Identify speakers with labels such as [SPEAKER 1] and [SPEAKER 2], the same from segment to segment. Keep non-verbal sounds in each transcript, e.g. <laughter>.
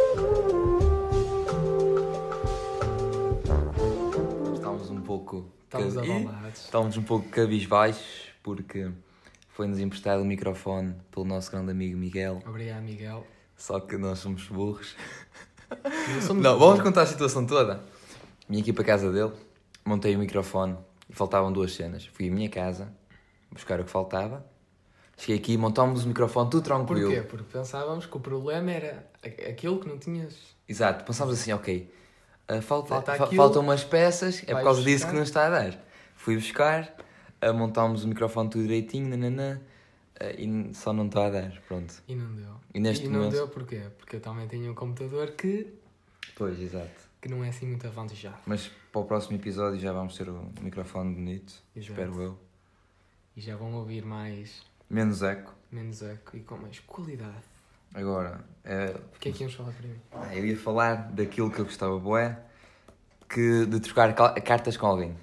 [SPEAKER 1] um
[SPEAKER 2] Exato.
[SPEAKER 1] Estávamos um pouco cabisbaixos porque foi-nos emprestado o microfone pelo nosso grande amigo Miguel,
[SPEAKER 2] Obrigado, Miguel.
[SPEAKER 1] só que nós somos burros.
[SPEAKER 2] Eu sou muito
[SPEAKER 1] Não, vamos
[SPEAKER 2] bom.
[SPEAKER 1] contar a situação toda. Vim aqui para a casa dele, montei o microfone e faltavam duas cenas. Fui à minha casa buscar o que faltava. Cheguei aqui, montámos o microfone tudo tranquilo.
[SPEAKER 2] Porquê? Porque pensávamos que o problema era a- aquilo que não tinhas.
[SPEAKER 1] Exato, pensámos assim, ok, ah, falta,
[SPEAKER 2] Falta
[SPEAKER 1] fa-
[SPEAKER 2] aquilo,
[SPEAKER 1] faltam umas peças, é
[SPEAKER 2] vai
[SPEAKER 1] por causa disso
[SPEAKER 2] buscar.
[SPEAKER 1] que não está a dar. Fui buscar, ah, montámos o microfone tudo direitinho, nananã, ah, e n- só não está a dar, pronto.
[SPEAKER 2] E não deu.
[SPEAKER 1] E neste
[SPEAKER 2] e não
[SPEAKER 1] momento-
[SPEAKER 2] deu porquê? Porque eu também tenho um computador que,
[SPEAKER 1] Pois, exato.
[SPEAKER 2] que não é assim muito avantajado.
[SPEAKER 1] Mas para o próximo episódio já vamos ter o microfone bonito,
[SPEAKER 2] Exato.
[SPEAKER 1] espero eu.
[SPEAKER 2] E já vão ouvir mais,
[SPEAKER 1] Menos eco.
[SPEAKER 2] menos eco e com mais qualidade.
[SPEAKER 1] Agora, ah,
[SPEAKER 2] O que é que íamos falar para mim?
[SPEAKER 1] ah, eu ia falar daquilo que eu gostava, boé, que de trocar cal- cartas com alguém.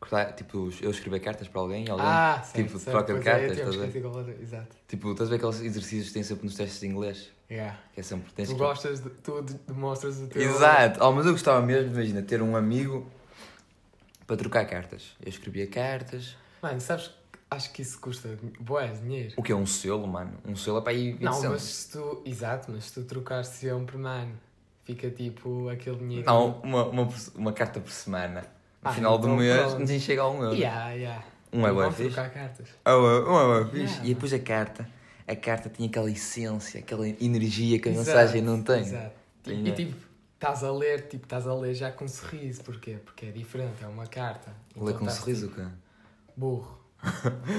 [SPEAKER 1] Cortar- Tipo, eu escrever cartas para alguém e alguém.
[SPEAKER 2] Ah, sei,
[SPEAKER 1] tipo,
[SPEAKER 2] sei.
[SPEAKER 1] troca de
[SPEAKER 2] Pois é, eu
[SPEAKER 1] cartas,
[SPEAKER 2] tinha
[SPEAKER 1] estás a ver?
[SPEAKER 2] esquecido agora, Exato.
[SPEAKER 1] Tipo, estás a ver aqueles exercícios que têm sempre nos testes de inglês?
[SPEAKER 2] Yeah.
[SPEAKER 1] Que é sempre. Tens
[SPEAKER 2] Tu
[SPEAKER 1] que-
[SPEAKER 2] gostas, de, tu de- demonstras o teu...
[SPEAKER 1] Exato! Oh, mas eu gostava mesmo, imagina, ter um amigo para trocar cartas. Eu escrevia cartas.
[SPEAKER 2] Mano, sabes, que acho que isso custa boas dinheiro.
[SPEAKER 1] O que é um selo, mano? Um selo é para aí 20
[SPEAKER 2] Não,
[SPEAKER 1] centos.
[SPEAKER 2] mas se tu. Exato, mas se tu trocares sempre, mano, fica tipo aquele dinheiro.
[SPEAKER 1] Não, uma, uma, por- uma carta por semana. No
[SPEAKER 2] Ah,
[SPEAKER 1] final do
[SPEAKER 2] então
[SPEAKER 1] mês,
[SPEAKER 2] pronto.
[SPEAKER 1] nem chega a um euro.
[SPEAKER 2] Yeah, yeah.
[SPEAKER 1] Um é
[SPEAKER 2] Não
[SPEAKER 1] bué
[SPEAKER 2] vão
[SPEAKER 1] fixe.
[SPEAKER 2] trocar cartas.
[SPEAKER 1] Ah, ué, Um é bué fixe.
[SPEAKER 2] Yeah.
[SPEAKER 1] E depois a carta. A carta tinha aquela essência, aquela energia que a
[SPEAKER 2] Exato,
[SPEAKER 1] mensagem não tem.
[SPEAKER 2] Exato.
[SPEAKER 1] Tem,
[SPEAKER 2] E,
[SPEAKER 1] né?
[SPEAKER 2] e tipo, estás a ler, tipo, estás a ler já com sorriso. Porquê? Porque é diferente, é uma carta.
[SPEAKER 1] Lê
[SPEAKER 2] Então
[SPEAKER 1] com um
[SPEAKER 2] estás,
[SPEAKER 1] sorriso, cara.
[SPEAKER 2] tipo, Burro.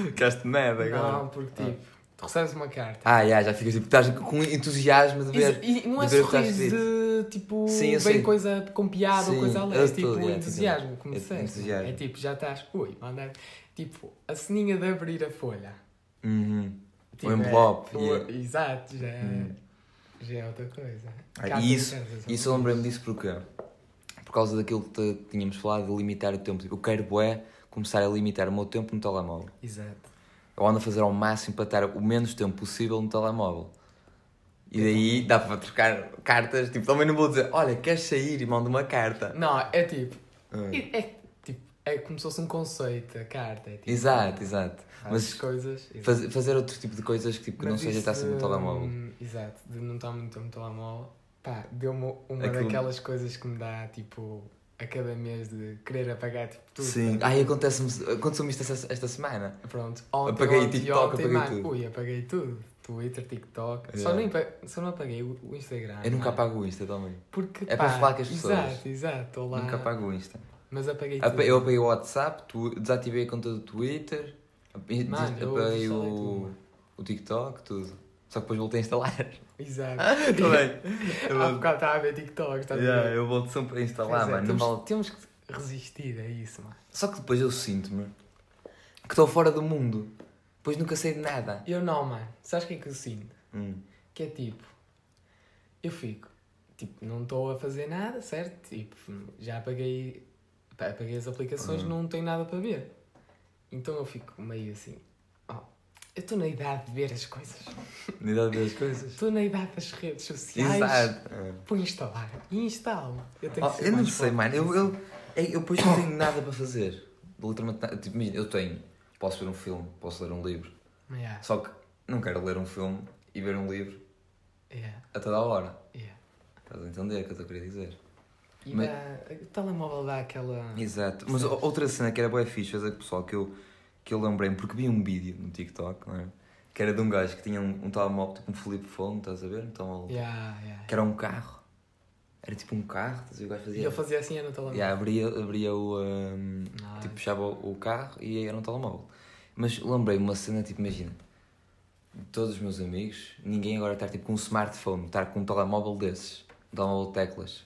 [SPEAKER 1] Ficaste nada
[SPEAKER 2] Não, porque tipo, tu recebes uma carta.
[SPEAKER 1] Ah, já, já ficas tipo, estás com entusiasmo de ver.
[SPEAKER 2] E, e não é
[SPEAKER 1] de ver o que estás
[SPEAKER 2] sorriso de tipo,
[SPEAKER 1] Sim, eu
[SPEAKER 2] bem
[SPEAKER 1] sei.
[SPEAKER 2] coisa com piada ou
[SPEAKER 1] Sim,
[SPEAKER 2] coisa alegre,
[SPEAKER 1] eu
[SPEAKER 2] é tipo
[SPEAKER 1] estou, é,
[SPEAKER 2] entusiasmo,
[SPEAKER 1] tipo,
[SPEAKER 2] como
[SPEAKER 1] é
[SPEAKER 2] disseste.
[SPEAKER 1] entusiasmo.
[SPEAKER 2] É tipo, já estás, ui, mandar, tipo, a ceninha de abrir a folha.
[SPEAKER 1] Uhum.
[SPEAKER 2] Tipo,
[SPEAKER 1] O envelope,
[SPEAKER 2] é-
[SPEAKER 1] yeah. Hum.
[SPEAKER 2] o- Exato, já, é- já é outra coisa.
[SPEAKER 1] Ah, e
[SPEAKER 2] Cartas é
[SPEAKER 1] isso-
[SPEAKER 2] internas,
[SPEAKER 1] Isso eu lembrei-me disso porque por causa daquilo que te- que tínhamos falado de limitar o tempo. Eu quero bué começar a limitar o meu tempo no telemóvel.
[SPEAKER 2] Exato.
[SPEAKER 1] Eu ando a fazer ao máximo para estar o menos tempo possível no telemóvel. E daí dá para trocar cartas, tipo, também não vou dizer, olha, queres sair e mando uma carta.
[SPEAKER 2] Não, é tipo,
[SPEAKER 1] Ah,
[SPEAKER 2] é, é tipo, é como se fosse um conceito, a carta. É, tipo,
[SPEAKER 1] Exato, exato.
[SPEAKER 2] fazes
[SPEAKER 1] Mas
[SPEAKER 2] coisas. exato.
[SPEAKER 1] faz- fazer outro tipo de coisas que, tipo, que não
[SPEAKER 2] Mas
[SPEAKER 1] seja
[SPEAKER 2] isso
[SPEAKER 1] estar sempre no
[SPEAKER 2] de-
[SPEAKER 1] telemóvel.
[SPEAKER 2] hum, Exato, de não estar muito no telemóvel. Pá, deu-me uma
[SPEAKER 1] Aquilo-
[SPEAKER 2] daquelas coisas que me dá, tipo, a cada mês de querer apagar, tipo, tudo.
[SPEAKER 1] Sim. Ai, acontece-me, aconteceu-me isto esta, esta semana.
[SPEAKER 2] Pronto, ontem,
[SPEAKER 1] Apaguei
[SPEAKER 2] ontem,
[SPEAKER 1] TikTok,
[SPEAKER 2] ontem,
[SPEAKER 1] apaguei
[SPEAKER 2] mano,
[SPEAKER 1] tudo.
[SPEAKER 2] Ui, apaguei tudo. Twitter, TikTok. Só,
[SPEAKER 1] Yeah.
[SPEAKER 2] não, apa- só não apaguei o, o Instagram.
[SPEAKER 1] Eu nunca
[SPEAKER 2] mano.
[SPEAKER 1] apago o Insta também.
[SPEAKER 2] Porque,
[SPEAKER 1] É
[SPEAKER 2] pá,
[SPEAKER 1] para falar com as pessoas.
[SPEAKER 2] Exato, exato, estou lá.
[SPEAKER 1] Nunca apago o Insta.
[SPEAKER 2] Mas apaguei tudo.
[SPEAKER 1] Apa- Eu apaguei o WhatsApp, tu- desativei a conta do Twitter, ap- des-
[SPEAKER 2] Mano, eu
[SPEAKER 1] apaguei
[SPEAKER 2] desinstalei
[SPEAKER 1] o,
[SPEAKER 2] tudo.
[SPEAKER 1] o TikTok, tudo. Só que depois voltei a instalar. <laughs>
[SPEAKER 2] Exato.
[SPEAKER 1] Também. Eu
[SPEAKER 2] Há
[SPEAKER 1] vou-
[SPEAKER 2] bocado estava a ver TikTok, está
[SPEAKER 1] Yeah,
[SPEAKER 2] tudo.
[SPEAKER 1] eu volto sempre a
[SPEAKER 2] Pois
[SPEAKER 1] instalar,
[SPEAKER 2] é,
[SPEAKER 1] mano. não
[SPEAKER 2] temos,
[SPEAKER 1] vale-
[SPEAKER 2] temos que resistir a isso, mano.
[SPEAKER 1] Só que depois eu sinto-me que estou fora do mundo. Depois nunca sei de nada.
[SPEAKER 2] Eu não, mano. Sabes o que é que eu sinto?
[SPEAKER 1] Hum.
[SPEAKER 2] que é tipo, eu fico, tipo, não estou a fazer nada, certo? Tipo, já apaguei, pá, apaguei as aplicações,
[SPEAKER 1] Uhum.
[SPEAKER 2] não tenho nada para ver. Então eu fico meio assim, ó, eu estou na idade de ver as coisas,
[SPEAKER 1] Na idade das <laughs> coisas.
[SPEAKER 2] estou na idade das redes sociais,
[SPEAKER 1] Exato. É.
[SPEAKER 2] vou instalar e instalo. Eu, tenho
[SPEAKER 1] Oh,
[SPEAKER 2] que ser
[SPEAKER 1] eu não
[SPEAKER 2] mais
[SPEAKER 1] sei,
[SPEAKER 2] forte
[SPEAKER 1] mano. Eu,
[SPEAKER 2] nisso.
[SPEAKER 1] eu, eu, eu depois não tenho nada para fazer. Literalmente nada. Tipo, imagina, eu tenho. Posso ver um filme, posso ler um livro.
[SPEAKER 2] Yeah,
[SPEAKER 1] Só que não quero ler um filme e ver um livro
[SPEAKER 2] yeah,
[SPEAKER 1] a toda a hora.
[SPEAKER 2] yeah.
[SPEAKER 1] Estás a entender o que eu estou a querer dizer?
[SPEAKER 2] E
[SPEAKER 1] Mas-
[SPEAKER 2] dá, o telemóvel dá aquela...
[SPEAKER 1] Exato. Mas o- outra cena que era boa fixe, é que pessoal, que eu, que eu lembrei-me, porque vi um vídeo no TikTok, não é? Que era de um gajo que tinha um, um telemóvel, tipo um flip phone, estás a ver? Um telemóvel-
[SPEAKER 2] Yeah, yeah.
[SPEAKER 1] Que era um carro. Era tipo um carro, estás a ver? O gajo
[SPEAKER 2] E
[SPEAKER 1] fazia.
[SPEAKER 2] ele fazia assim, era no telemóvel.
[SPEAKER 1] Yeah, abria, abria o. ahm,
[SPEAKER 2] Nice.
[SPEAKER 1] Tipo, puxava o o carro e era um telemóvel. Mas lembrei-me uma cena, tipo, imagina. Todos os meus amigos, ninguém agora está tipo com um smartphone, estar com um telemóvel desses, um telemóvel de teclas.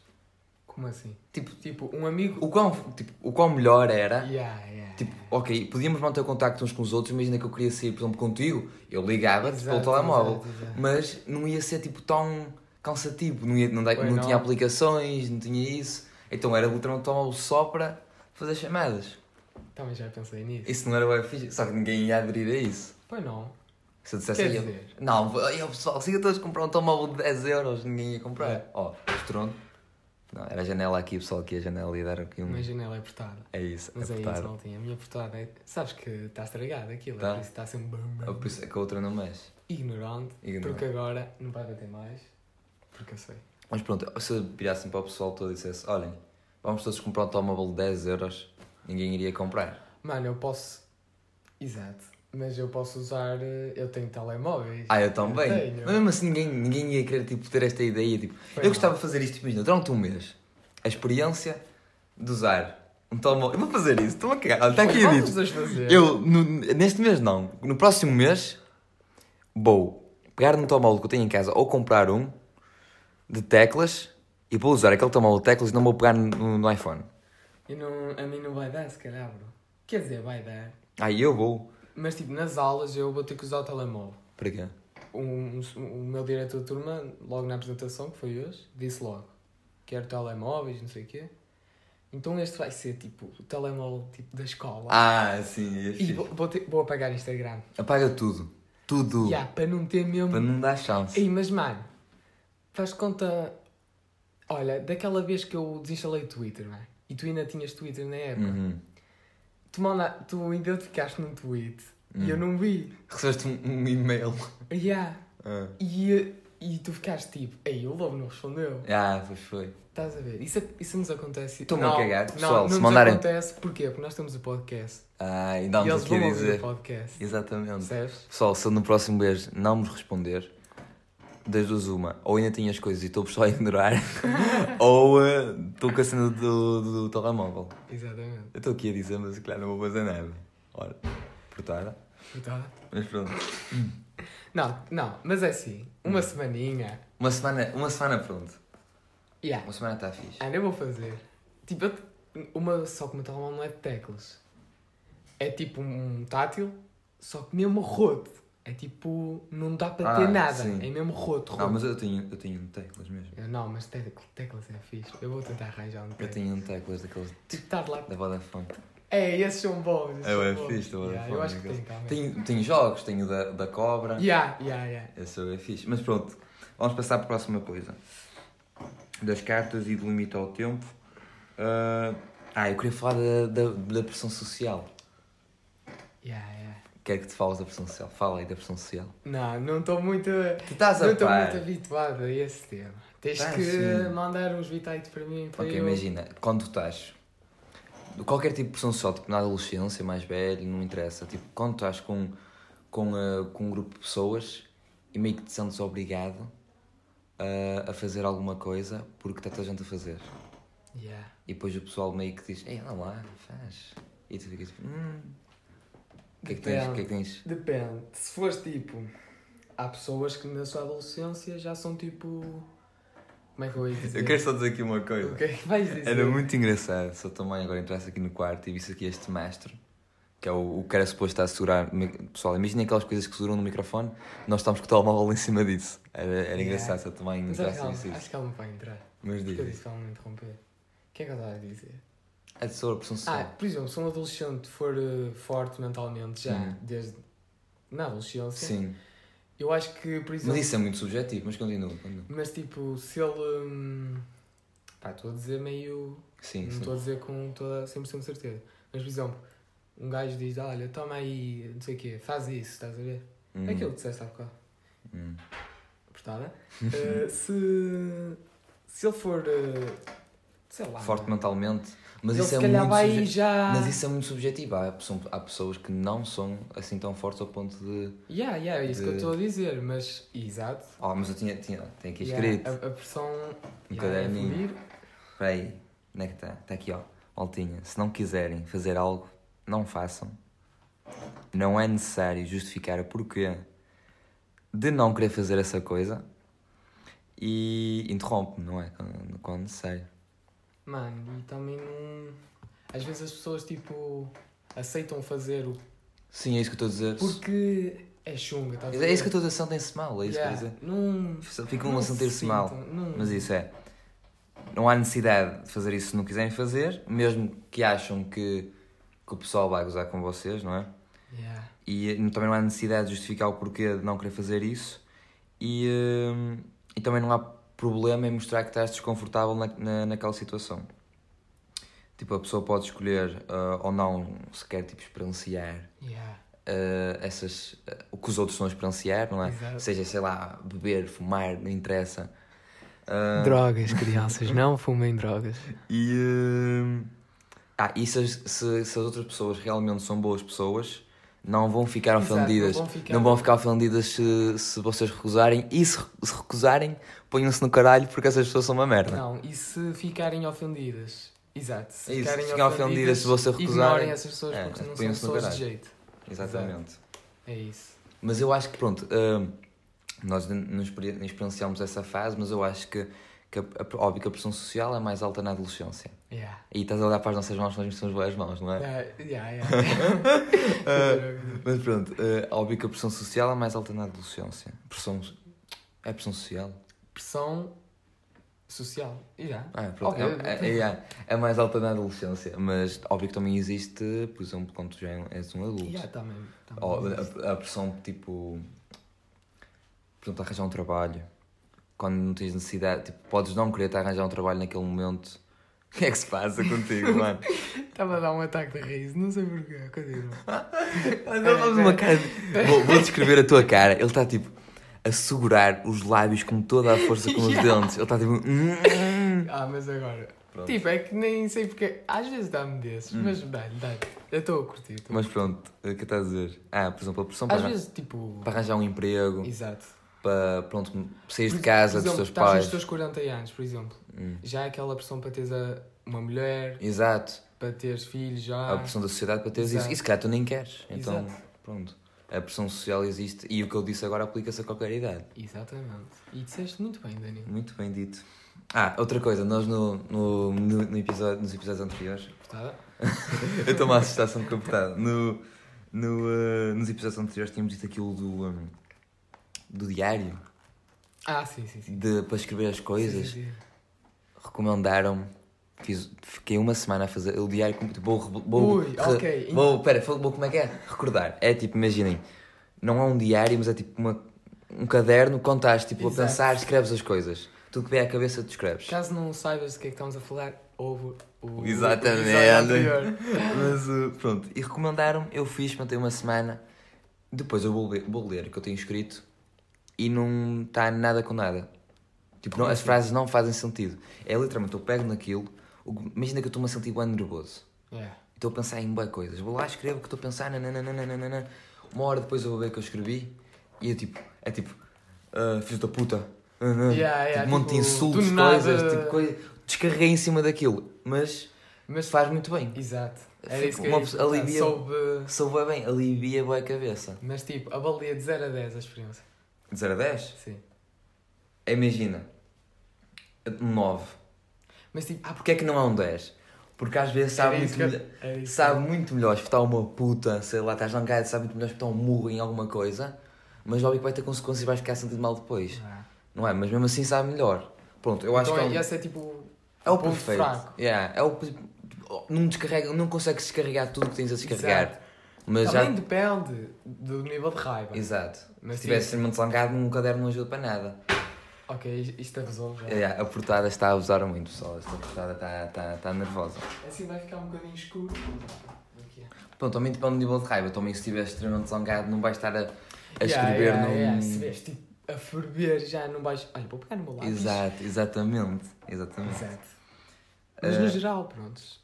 [SPEAKER 2] Como assim? Tipo, tipo, um amigo...
[SPEAKER 1] O quão, tipo, o quão melhor era,
[SPEAKER 2] Yeah, yeah.
[SPEAKER 1] tipo, ok, podíamos manter o contacto uns com os outros, imagina que eu queria sair, por exemplo, contigo, eu ligava-te pelo
[SPEAKER 2] Exato,
[SPEAKER 1] telemóvel,
[SPEAKER 2] exato, exato.
[SPEAKER 1] mas não ia ser tipo tão cansativo, não, ia, não, dá-
[SPEAKER 2] Pois
[SPEAKER 1] não
[SPEAKER 2] não.
[SPEAKER 1] tinha aplicações, não tinha isso, então era literalmente um telemóvel só para fazer chamadas.
[SPEAKER 2] Também já pensei nisso.
[SPEAKER 1] Isso não era bem fixe, só que ninguém ia aderir a isso.
[SPEAKER 2] Pois não.
[SPEAKER 1] Se eu dissesse
[SPEAKER 2] Quer
[SPEAKER 1] aí, eu-
[SPEAKER 2] dizer- É.
[SPEAKER 1] não, eu, pessoal, se eu todos comprar um telemóvel de 10 euros, ninguém ia comprar. Ó, oh, Estrondo, Não, era a janela aqui, pessoal, aqui a janela e dar aqui um.
[SPEAKER 2] Uma janela é portada.
[SPEAKER 1] É isso,
[SPEAKER 2] Mas é
[SPEAKER 1] apertar.
[SPEAKER 2] isso, maltinha. A minha portada é. Sabes que está estragada aquilo, é
[SPEAKER 1] Tá.
[SPEAKER 2] por isso está sempre bum,
[SPEAKER 1] Ah,
[SPEAKER 2] bum,
[SPEAKER 1] por isso é que a outra não mexe.
[SPEAKER 2] ignorante,
[SPEAKER 1] Ignorante.
[SPEAKER 2] porque agora não vai bater mais, porque eu sei.
[SPEAKER 1] Mas pronto, se eu virassem para o pessoal todo e dissesse: olhem, vamos todos comprar um automóvel de 10 euros, ninguém iria comprar.
[SPEAKER 2] Mano, eu posso. Exato. Mas eu posso usar. eh, Eu tenho telemóveis.
[SPEAKER 1] Ah, eu também.
[SPEAKER 2] tenho.
[SPEAKER 1] Mas mesmo assim, ninguém, ninguém ia querer tipo, ter esta ideia. Tipo,
[SPEAKER 2] Foi
[SPEAKER 1] eu
[SPEAKER 2] mal.
[SPEAKER 1] gostava de fazer isto, imagina, durante um mês. A experiência de usar um telemóvel. Eu vou fazer isso, estou a cagar. Olha, Está aqui
[SPEAKER 2] Mas
[SPEAKER 1] dito.
[SPEAKER 2] vamos os dois fazer.
[SPEAKER 1] Eu, no- neste mês não, no próximo mês, vou pegar no telemóvel que eu tenho em casa ou comprar um de teclas e vou usar aquele telemóvel de teclas e não vou pegar no, no iPhone.
[SPEAKER 2] E não, a mim não vai dar, se calhar, bro. Quer dizer, vai dar.
[SPEAKER 1] Aí eu vou.
[SPEAKER 2] Mas tipo, nas aulas eu vou ter que usar o telemóvel.
[SPEAKER 1] Para quê?
[SPEAKER 2] Um- um- o meu diretor de turma, logo na apresentação, que foi hoje, disse logo: quero telemóveis, não sei o quê. Então este vai ser tipo o telemóvel tipo, da escola.
[SPEAKER 1] Ah, sim, é
[SPEAKER 2] e
[SPEAKER 1] fixe.
[SPEAKER 2] vou, vou, ter- vou apagar Instagram.
[SPEAKER 1] Apaga tudo. Tudo.
[SPEAKER 2] Yeah, para não ter mesmo
[SPEAKER 1] Para não dar chance.
[SPEAKER 2] Ei, mas mano, faz conta. Olha, daquela vez que eu desinstalei o Twitter, mano, e tu ainda tinhas Twitter na época,
[SPEAKER 1] Uhum.
[SPEAKER 2] tu, manda... tu identificaste num tweet e eu
[SPEAKER 1] Hum.
[SPEAKER 2] não vi.
[SPEAKER 1] Recebeste um, um e-mail.
[SPEAKER 2] Yeah.
[SPEAKER 1] Ah,
[SPEAKER 2] E, e tu ficaste tipo, ei, o lobo não respondeu.
[SPEAKER 1] ah pois foi.
[SPEAKER 2] Estás a ver? Isso, isso nos acontece.
[SPEAKER 1] Estou-me
[SPEAKER 2] Não,
[SPEAKER 1] a cagar, pessoal,
[SPEAKER 2] Não,
[SPEAKER 1] se
[SPEAKER 2] não
[SPEAKER 1] mandarem-
[SPEAKER 2] nos acontece, porquê? Porque nós temos o podcast.
[SPEAKER 1] Ah, e
[SPEAKER 2] e
[SPEAKER 1] dá-nos
[SPEAKER 2] eles
[SPEAKER 1] aqui
[SPEAKER 2] vão
[SPEAKER 1] a
[SPEAKER 2] ouvir o
[SPEAKER 1] dizer.
[SPEAKER 2] podcast.
[SPEAKER 1] Exatamente.
[SPEAKER 2] Percebes?
[SPEAKER 1] Pessoal, se eu no próximo mês não me responder, das duas uma, ou ainda tenho as coisas e estou só a ignorar, <laughs> ou eh, estou com a cena do, do telemóvel.
[SPEAKER 2] Exatamente.
[SPEAKER 1] Eu estou aqui a dizer, mas claro, não vou fazer nada. Ora, portada.
[SPEAKER 2] Verdade?
[SPEAKER 1] Mas pronto.
[SPEAKER 2] Não, não, mas é assim,
[SPEAKER 1] Hum.
[SPEAKER 2] uma semaninha.
[SPEAKER 1] Uma semana, uma semana pronto.
[SPEAKER 2] Yeah.
[SPEAKER 1] Uma semana está fixe.
[SPEAKER 2] Ah, eu vou fazer. Tipo, eu te- uma, só que o meu telemóvel não é de teclas. É tipo um tátil, só que mesmo roto. É tipo, não dá para ter
[SPEAKER 1] Ah,
[SPEAKER 2] nada.
[SPEAKER 1] sim.
[SPEAKER 2] É mesmo roto, roto.
[SPEAKER 1] Não, mas eu tenho, eu tenho um teclas mesmo.
[SPEAKER 2] Eu- Não, mas te- teclas é fixe. Eu vou tentar arranjar um
[SPEAKER 1] Eu
[SPEAKER 2] teclas.
[SPEAKER 1] tenho um teclas daqueles
[SPEAKER 2] Tipo, tá de lá.
[SPEAKER 1] da Vodafone.
[SPEAKER 2] É, esses são bons. esses
[SPEAKER 1] É, né,
[SPEAKER 2] são
[SPEAKER 1] é
[SPEAKER 2] bons.
[SPEAKER 1] fixe, da
[SPEAKER 2] Yeah, Eu
[SPEAKER 1] Vodafone,
[SPEAKER 2] acho que tem
[SPEAKER 1] aqueles.
[SPEAKER 2] também.
[SPEAKER 1] Tenho, tenho jogos, tenho da, da cobra.
[SPEAKER 2] Yeah, yeah, yeah.
[SPEAKER 1] Esse é fixe. Mas pronto, vamos passar para a próxima coisa. Das cartas e do limite ao tempo. Ah, ah, eu queria falar da, da, da pressão social.
[SPEAKER 2] Yeah, yeah.
[SPEAKER 1] Quero que te fales da pressão social. Fala aí da pressão social.
[SPEAKER 2] Não, não estou muito.
[SPEAKER 1] Tu estás
[SPEAKER 2] Não
[SPEAKER 1] a
[SPEAKER 2] estou muito
[SPEAKER 1] par.
[SPEAKER 2] habituado a esse tema. Tens
[SPEAKER 1] Tá,
[SPEAKER 2] que
[SPEAKER 1] sim.
[SPEAKER 2] mandar uns vitates para mim. Para
[SPEAKER 1] Ok,
[SPEAKER 2] eu...
[SPEAKER 1] imagina, quando tu estás. Qualquer tipo de pressão social, tipo na adolescência, mais velho, não interessa. Tipo, quando tu estás com, com, ah, com um grupo de pessoas e meio que te sentes obrigado ah, a fazer alguma coisa porque está toda a gente a fazer.
[SPEAKER 2] Yeah.
[SPEAKER 1] E depois o pessoal meio que diz, ei, olha lá, faz. E tu ficas tipo, hum. O que é que tens? O que é que tens?
[SPEAKER 2] Depende. Se fores tipo. Há pessoas que na sua adolescência já são tipo. Como é que eu ia dizer?
[SPEAKER 1] Eu quero só dizer aqui uma coisa.
[SPEAKER 2] O que é que vais dizer?
[SPEAKER 1] Era muito engraçado se a tua mãe agora entrasse aqui no quarto e visse aqui este mastro, que é o, o que era suposto estar a segurar. mi- Pessoal, imaginem aquelas coisas que seguram no microfone, nós estamos com o telemóvel em cima disso. Era, era
[SPEAKER 2] Yeah.
[SPEAKER 1] engraçado se a tua mãe
[SPEAKER 2] Mas acho
[SPEAKER 1] entrasse
[SPEAKER 2] que,
[SPEAKER 1] e
[SPEAKER 2] ela,
[SPEAKER 1] visse
[SPEAKER 2] acho
[SPEAKER 1] isso.
[SPEAKER 2] que ela não vai entrar.
[SPEAKER 1] Mas
[SPEAKER 2] Porque eu
[SPEAKER 1] diz,
[SPEAKER 2] disse para ela me interromper. O que é que ela estava a dizer?
[SPEAKER 1] é sobre a pressão
[SPEAKER 2] Ah,
[SPEAKER 1] social.
[SPEAKER 2] por exemplo, se um adolescente for eh, forte mentalmente já,
[SPEAKER 1] Uhum.
[SPEAKER 2] desde. Na adolescência,
[SPEAKER 1] Sim,
[SPEAKER 2] eu acho que, por exemplo.
[SPEAKER 1] mas isso é muito subjetivo, mas continua. continua.
[SPEAKER 2] mas, tipo, se ele. hum, Pá, estou a dizer meio.
[SPEAKER 1] Sim,
[SPEAKER 2] Não
[SPEAKER 1] sim.
[SPEAKER 2] estou a dizer com toda 100% de certeza. Mas, por exemplo, um gajo diz: Olha, toma aí, não sei o quê, faz isso, estás a ver?
[SPEAKER 1] Uhum,
[SPEAKER 2] É aquilo que disseste há bocado.
[SPEAKER 1] uhum. <laughs>
[SPEAKER 2] Portada. Eh, se, se ele for. eh, sei lá.
[SPEAKER 1] Forte
[SPEAKER 2] mano,
[SPEAKER 1] mentalmente, mas
[SPEAKER 2] é. ele
[SPEAKER 1] isso
[SPEAKER 2] se
[SPEAKER 1] é
[SPEAKER 2] calhar
[SPEAKER 1] muito
[SPEAKER 2] vai
[SPEAKER 1] subje-
[SPEAKER 2] já.
[SPEAKER 1] Mas isso é muito subjetivo. Há, são- há pessoas que não são assim tão fortes ao ponto de.
[SPEAKER 2] Yeah, yeah, é isso que eu
[SPEAKER 1] de-
[SPEAKER 2] estou a dizer, mas. Exato.
[SPEAKER 1] Oh, mas eu tinha, tinha, tenho aqui
[SPEAKER 2] Yeah,
[SPEAKER 1] é
[SPEAKER 2] é
[SPEAKER 1] escrito.
[SPEAKER 2] a, a pressão.
[SPEAKER 1] Um
[SPEAKER 2] yeah, é
[SPEAKER 1] caderninho.
[SPEAKER 2] fluir.
[SPEAKER 1] Espera aí, onde é que está? Está aqui, ó. Altinha, se não quiserem fazer algo, não façam. Não é necessário justificar o porquê de não querer fazer essa coisa e interrompe, não é? Quando, quando necessário.
[SPEAKER 2] Mano, e também não. Às vezes as pessoas, tipo, aceitam fazer o.
[SPEAKER 1] Sim, é isso que eu estou a dizer.
[SPEAKER 2] Porque é chunga, estás a
[SPEAKER 1] É isso que
[SPEAKER 2] ver?
[SPEAKER 1] eu estou a dizer, sentem-se mal, é isso
[SPEAKER 2] Yeah,
[SPEAKER 1] que eu estou
[SPEAKER 2] Não.
[SPEAKER 1] a dizer. Ficam
[SPEAKER 2] Não
[SPEAKER 1] a
[SPEAKER 2] se
[SPEAKER 1] sentir-se
[SPEAKER 2] sintam,
[SPEAKER 1] mal.
[SPEAKER 2] não-
[SPEAKER 1] Mas isso é. Não há necessidade de fazer isso se não quiserem fazer, mesmo que acham que, que o pessoal vai gozar com vocês, não é?
[SPEAKER 2] Yeah.
[SPEAKER 1] e eh, também não há necessidade de justificar o porquê de não querer fazer isso e, eh, e também não há problema é mostrar que estás desconfortável na, na, naquela situação. Tipo, a pessoa pode escolher ah, ou não se quer tipo, experienciar
[SPEAKER 2] Yeah.
[SPEAKER 1] ah, essas, ah, o que os outros estão a experienciar, não é?
[SPEAKER 2] Exato.
[SPEAKER 1] Seja, sei lá, beber, fumar, não interessa. Ah,
[SPEAKER 2] Drogas, crianças, não fumem
[SPEAKER 1] <laughs>
[SPEAKER 2] drogas.
[SPEAKER 1] E, hum, ah, e se, as- se- se as outras pessoas realmente são boas pessoas, não vão ficar
[SPEAKER 2] Exato,
[SPEAKER 1] ofendidas.
[SPEAKER 2] não vão ficar-
[SPEAKER 1] ofendidas se, se vocês recusarem. E se, se recusarem, ponham-se no caralho porque essas pessoas são uma merda.
[SPEAKER 2] Não, e se ficarem ofendidas? Exato, se
[SPEAKER 1] É Isso,
[SPEAKER 2] ficarem
[SPEAKER 1] se ficarem ofendidas, se você recusarem,
[SPEAKER 2] ignorem essas pessoas
[SPEAKER 1] é,
[SPEAKER 2] porque não são
[SPEAKER 1] põem-se no
[SPEAKER 2] pessoas de
[SPEAKER 1] caralho.
[SPEAKER 2] jeito.
[SPEAKER 1] Exatamente.
[SPEAKER 2] É isso.
[SPEAKER 1] Mas eu acho que, pronto, hum, nós n- não experi- não experienciamos essa fase, mas eu acho que, que a, a- óbvio que a pressão social é mais alta na adolescência.
[SPEAKER 2] Yeah.
[SPEAKER 1] E estás a olhar para as nossas mãos, nós não temos boas mãos, não é?
[SPEAKER 2] Yeah, yeah,
[SPEAKER 1] <laughs>
[SPEAKER 2] yeah.
[SPEAKER 1] Mas pronto, eh, óbvio que a pressão social é mais alta na adolescência. Pressão. É pressão social?
[SPEAKER 2] Pressão social. Yeah.
[SPEAKER 1] Ah, pronto,
[SPEAKER 2] Ok.
[SPEAKER 1] é, é- é- é mais alta na adolescência. Mas óbvio que também existe, por exemplo, quando tu já és um adulto.
[SPEAKER 2] Yeah, tá também. também
[SPEAKER 1] Ó,
[SPEAKER 2] existe.
[SPEAKER 1] a, a pressão, tipo. Por exemplo, arranjar um trabalho. Quando não tens necessidade, tipo, podes não querer te arranjar um trabalho naquele momento. <laughs> O que é que se passa contigo, mano?
[SPEAKER 2] Estava a dar um ataque de riso, não sei porquê. Continua.
[SPEAKER 1] Não, faz uma cara. de- Vou, vou descrever a tua cara. Ele está tipo a segurar os lábios com toda a força com os
[SPEAKER 2] Yeah.
[SPEAKER 1] dentes. Ele está tipo.
[SPEAKER 2] Ah, mas agora.
[SPEAKER 1] Pronto. Hum.
[SPEAKER 2] Tipo, é que nem sei porque. Às vezes dá-me desses, mas dá-lhe, dá-lhe. Eu estou a curtir. tô a
[SPEAKER 1] Mas pronto, o que é que estás a dizer? Ah, por exemplo, a pressão para,
[SPEAKER 2] Às vezes, tipo.
[SPEAKER 1] para arranjar um emprego,
[SPEAKER 2] Exato.
[SPEAKER 1] para pronto, sair de
[SPEAKER 2] Por-
[SPEAKER 1] casa
[SPEAKER 2] por
[SPEAKER 1] dos
[SPEAKER 2] exemplo,
[SPEAKER 1] teus
[SPEAKER 2] Estás
[SPEAKER 1] pais.
[SPEAKER 2] nos teus 40 anos, por exemplo.
[SPEAKER 1] Hum.
[SPEAKER 2] Já é aquela pressão para teres a- uma mulher,
[SPEAKER 1] Exato,
[SPEAKER 2] para teres filhos
[SPEAKER 1] a
[SPEAKER 2] já.
[SPEAKER 1] pressão da sociedade para teres isso.
[SPEAKER 2] é? Exato.
[SPEAKER 1] E se calhar tu nem queres. Então,
[SPEAKER 2] Exato.
[SPEAKER 1] pronto, a pressão social existe e o que eu disse agora aplica-se a qualquer idade.
[SPEAKER 2] Exatamente. E disseste muito bem, Danilo.
[SPEAKER 1] Muito bem dito. Ah, outra coisa, nós no, no, no- no episódio, nos episódios anteriores <laughs>
[SPEAKER 2] Portada?
[SPEAKER 1] Eu estou-me a assustar, sou muito comportado. No, no, eh, nos episódios anteriores tínhamos dito aquilo do, hum, do diário,
[SPEAKER 2] Ah, sim, sim, sim.
[SPEAKER 1] de, para escrever as coisas.
[SPEAKER 2] Sim, sim,
[SPEAKER 1] Recomendaram-me, fiz- fiquei uma semana a fazer o diário, como- tipo, vou... re- vou
[SPEAKER 2] Ui, ok, então-
[SPEAKER 1] Vou, pera, vou, como é que é? Recordar. É tipo, imaginem, não é um diário, mas é tipo uma, um caderno, contares, tipo, a
[SPEAKER 2] Exato.
[SPEAKER 1] pensar, escreves as coisas. Tudo que vem à cabeça tu escreves.
[SPEAKER 2] sim. Caso não saibas do que é que estamos a falar, ouve o.
[SPEAKER 1] Exatamente.
[SPEAKER 2] o episódio anterior.
[SPEAKER 1] Mas uh, pronto, e recomendaram-me, eu fiz, mantei uma semana. Depois eu vou ler, vou ler o que eu tenho escrito e não está nada com nada. Tipo, não- as frases não fazem sentido. É literalmente, eu pego naquilo, o que- imagina que eu estou-me a sentir bem nervoso.
[SPEAKER 2] Yeah.
[SPEAKER 1] Estou a pensar em boas coisas. Vou lá, escrevo o que estou a pensar, nananana. Uma hora depois eu vou ver o que eu escrevi e eu tipo, é tipo, ah, filho da puta. ah, ah.
[SPEAKER 2] Yeah, yeah,
[SPEAKER 1] tipo, um monte de
[SPEAKER 2] tipo,
[SPEAKER 1] insultos,
[SPEAKER 2] do nada-
[SPEAKER 1] coisas, tipo, coisa, descarreguei em cima daquilo. Mas
[SPEAKER 2] Mas
[SPEAKER 1] faz muito bem.
[SPEAKER 2] Exato. Era
[SPEAKER 1] Fico
[SPEAKER 2] isso que eu
[SPEAKER 1] uma
[SPEAKER 2] ia
[SPEAKER 1] pessoa-
[SPEAKER 2] perguntar.
[SPEAKER 1] alivia-
[SPEAKER 2] Soube.
[SPEAKER 1] Sou bué bem, alivia bué a cabeça.
[SPEAKER 2] Mas tipo, avalia de 0 a 10 a experiência.
[SPEAKER 1] De 0 a 10?
[SPEAKER 2] Sim.
[SPEAKER 1] Imagina. 9.
[SPEAKER 2] Mas tipo,
[SPEAKER 1] Ah, porque é que não é um 10? Porque às vezes sabe
[SPEAKER 2] era
[SPEAKER 1] muito,
[SPEAKER 2] isso que eu-
[SPEAKER 1] melhor,
[SPEAKER 2] era isso que
[SPEAKER 1] sabe muito melhor espetar uma puta, sei lá, estás langado, sabe muito melhor espetar um murro em alguma coisa, mas óbvio que vai ter consequências e vais ficar sentindo mal depois.
[SPEAKER 2] eu- Ah.
[SPEAKER 1] Não é? Mas mesmo assim sabe melhor. Pronto, eu acho
[SPEAKER 2] então,
[SPEAKER 1] que é, um-
[SPEAKER 2] esse é tipo.
[SPEAKER 1] é o
[SPEAKER 2] ponto
[SPEAKER 1] perfeito.
[SPEAKER 2] fraco.
[SPEAKER 1] Yeah, é o, não, descarrega, não consegues descarregar tudo o que tens a descarregar. Mas
[SPEAKER 2] Também
[SPEAKER 1] já.
[SPEAKER 2] depende do nível de raiva.
[SPEAKER 1] Exato.
[SPEAKER 2] Mas tipo,
[SPEAKER 1] Se
[SPEAKER 2] sim.
[SPEAKER 1] tivesse extremamente langado, um caderno não ajuda para nada.
[SPEAKER 2] Ok, isto é resolve já.
[SPEAKER 1] É, a portada está a usar muito, pessoal. Esta portada está, está, está nervosa.
[SPEAKER 2] Assim vai ficar um bocadinho escuro. Aqui.
[SPEAKER 1] Pronto, também depende do nível de raiva. Também se estiver extremamente zangado, não vais estar a, a
[SPEAKER 2] Yeah,
[SPEAKER 1] escrever
[SPEAKER 2] yeah,
[SPEAKER 1] num.
[SPEAKER 2] yeah. Se vês tipo a ferver já não vais. Olha, vou pegar no meu lápis.
[SPEAKER 1] Exato, exatamente. Exatamente.
[SPEAKER 2] Exato. Mas
[SPEAKER 1] Eh,
[SPEAKER 2] no geral, prontos.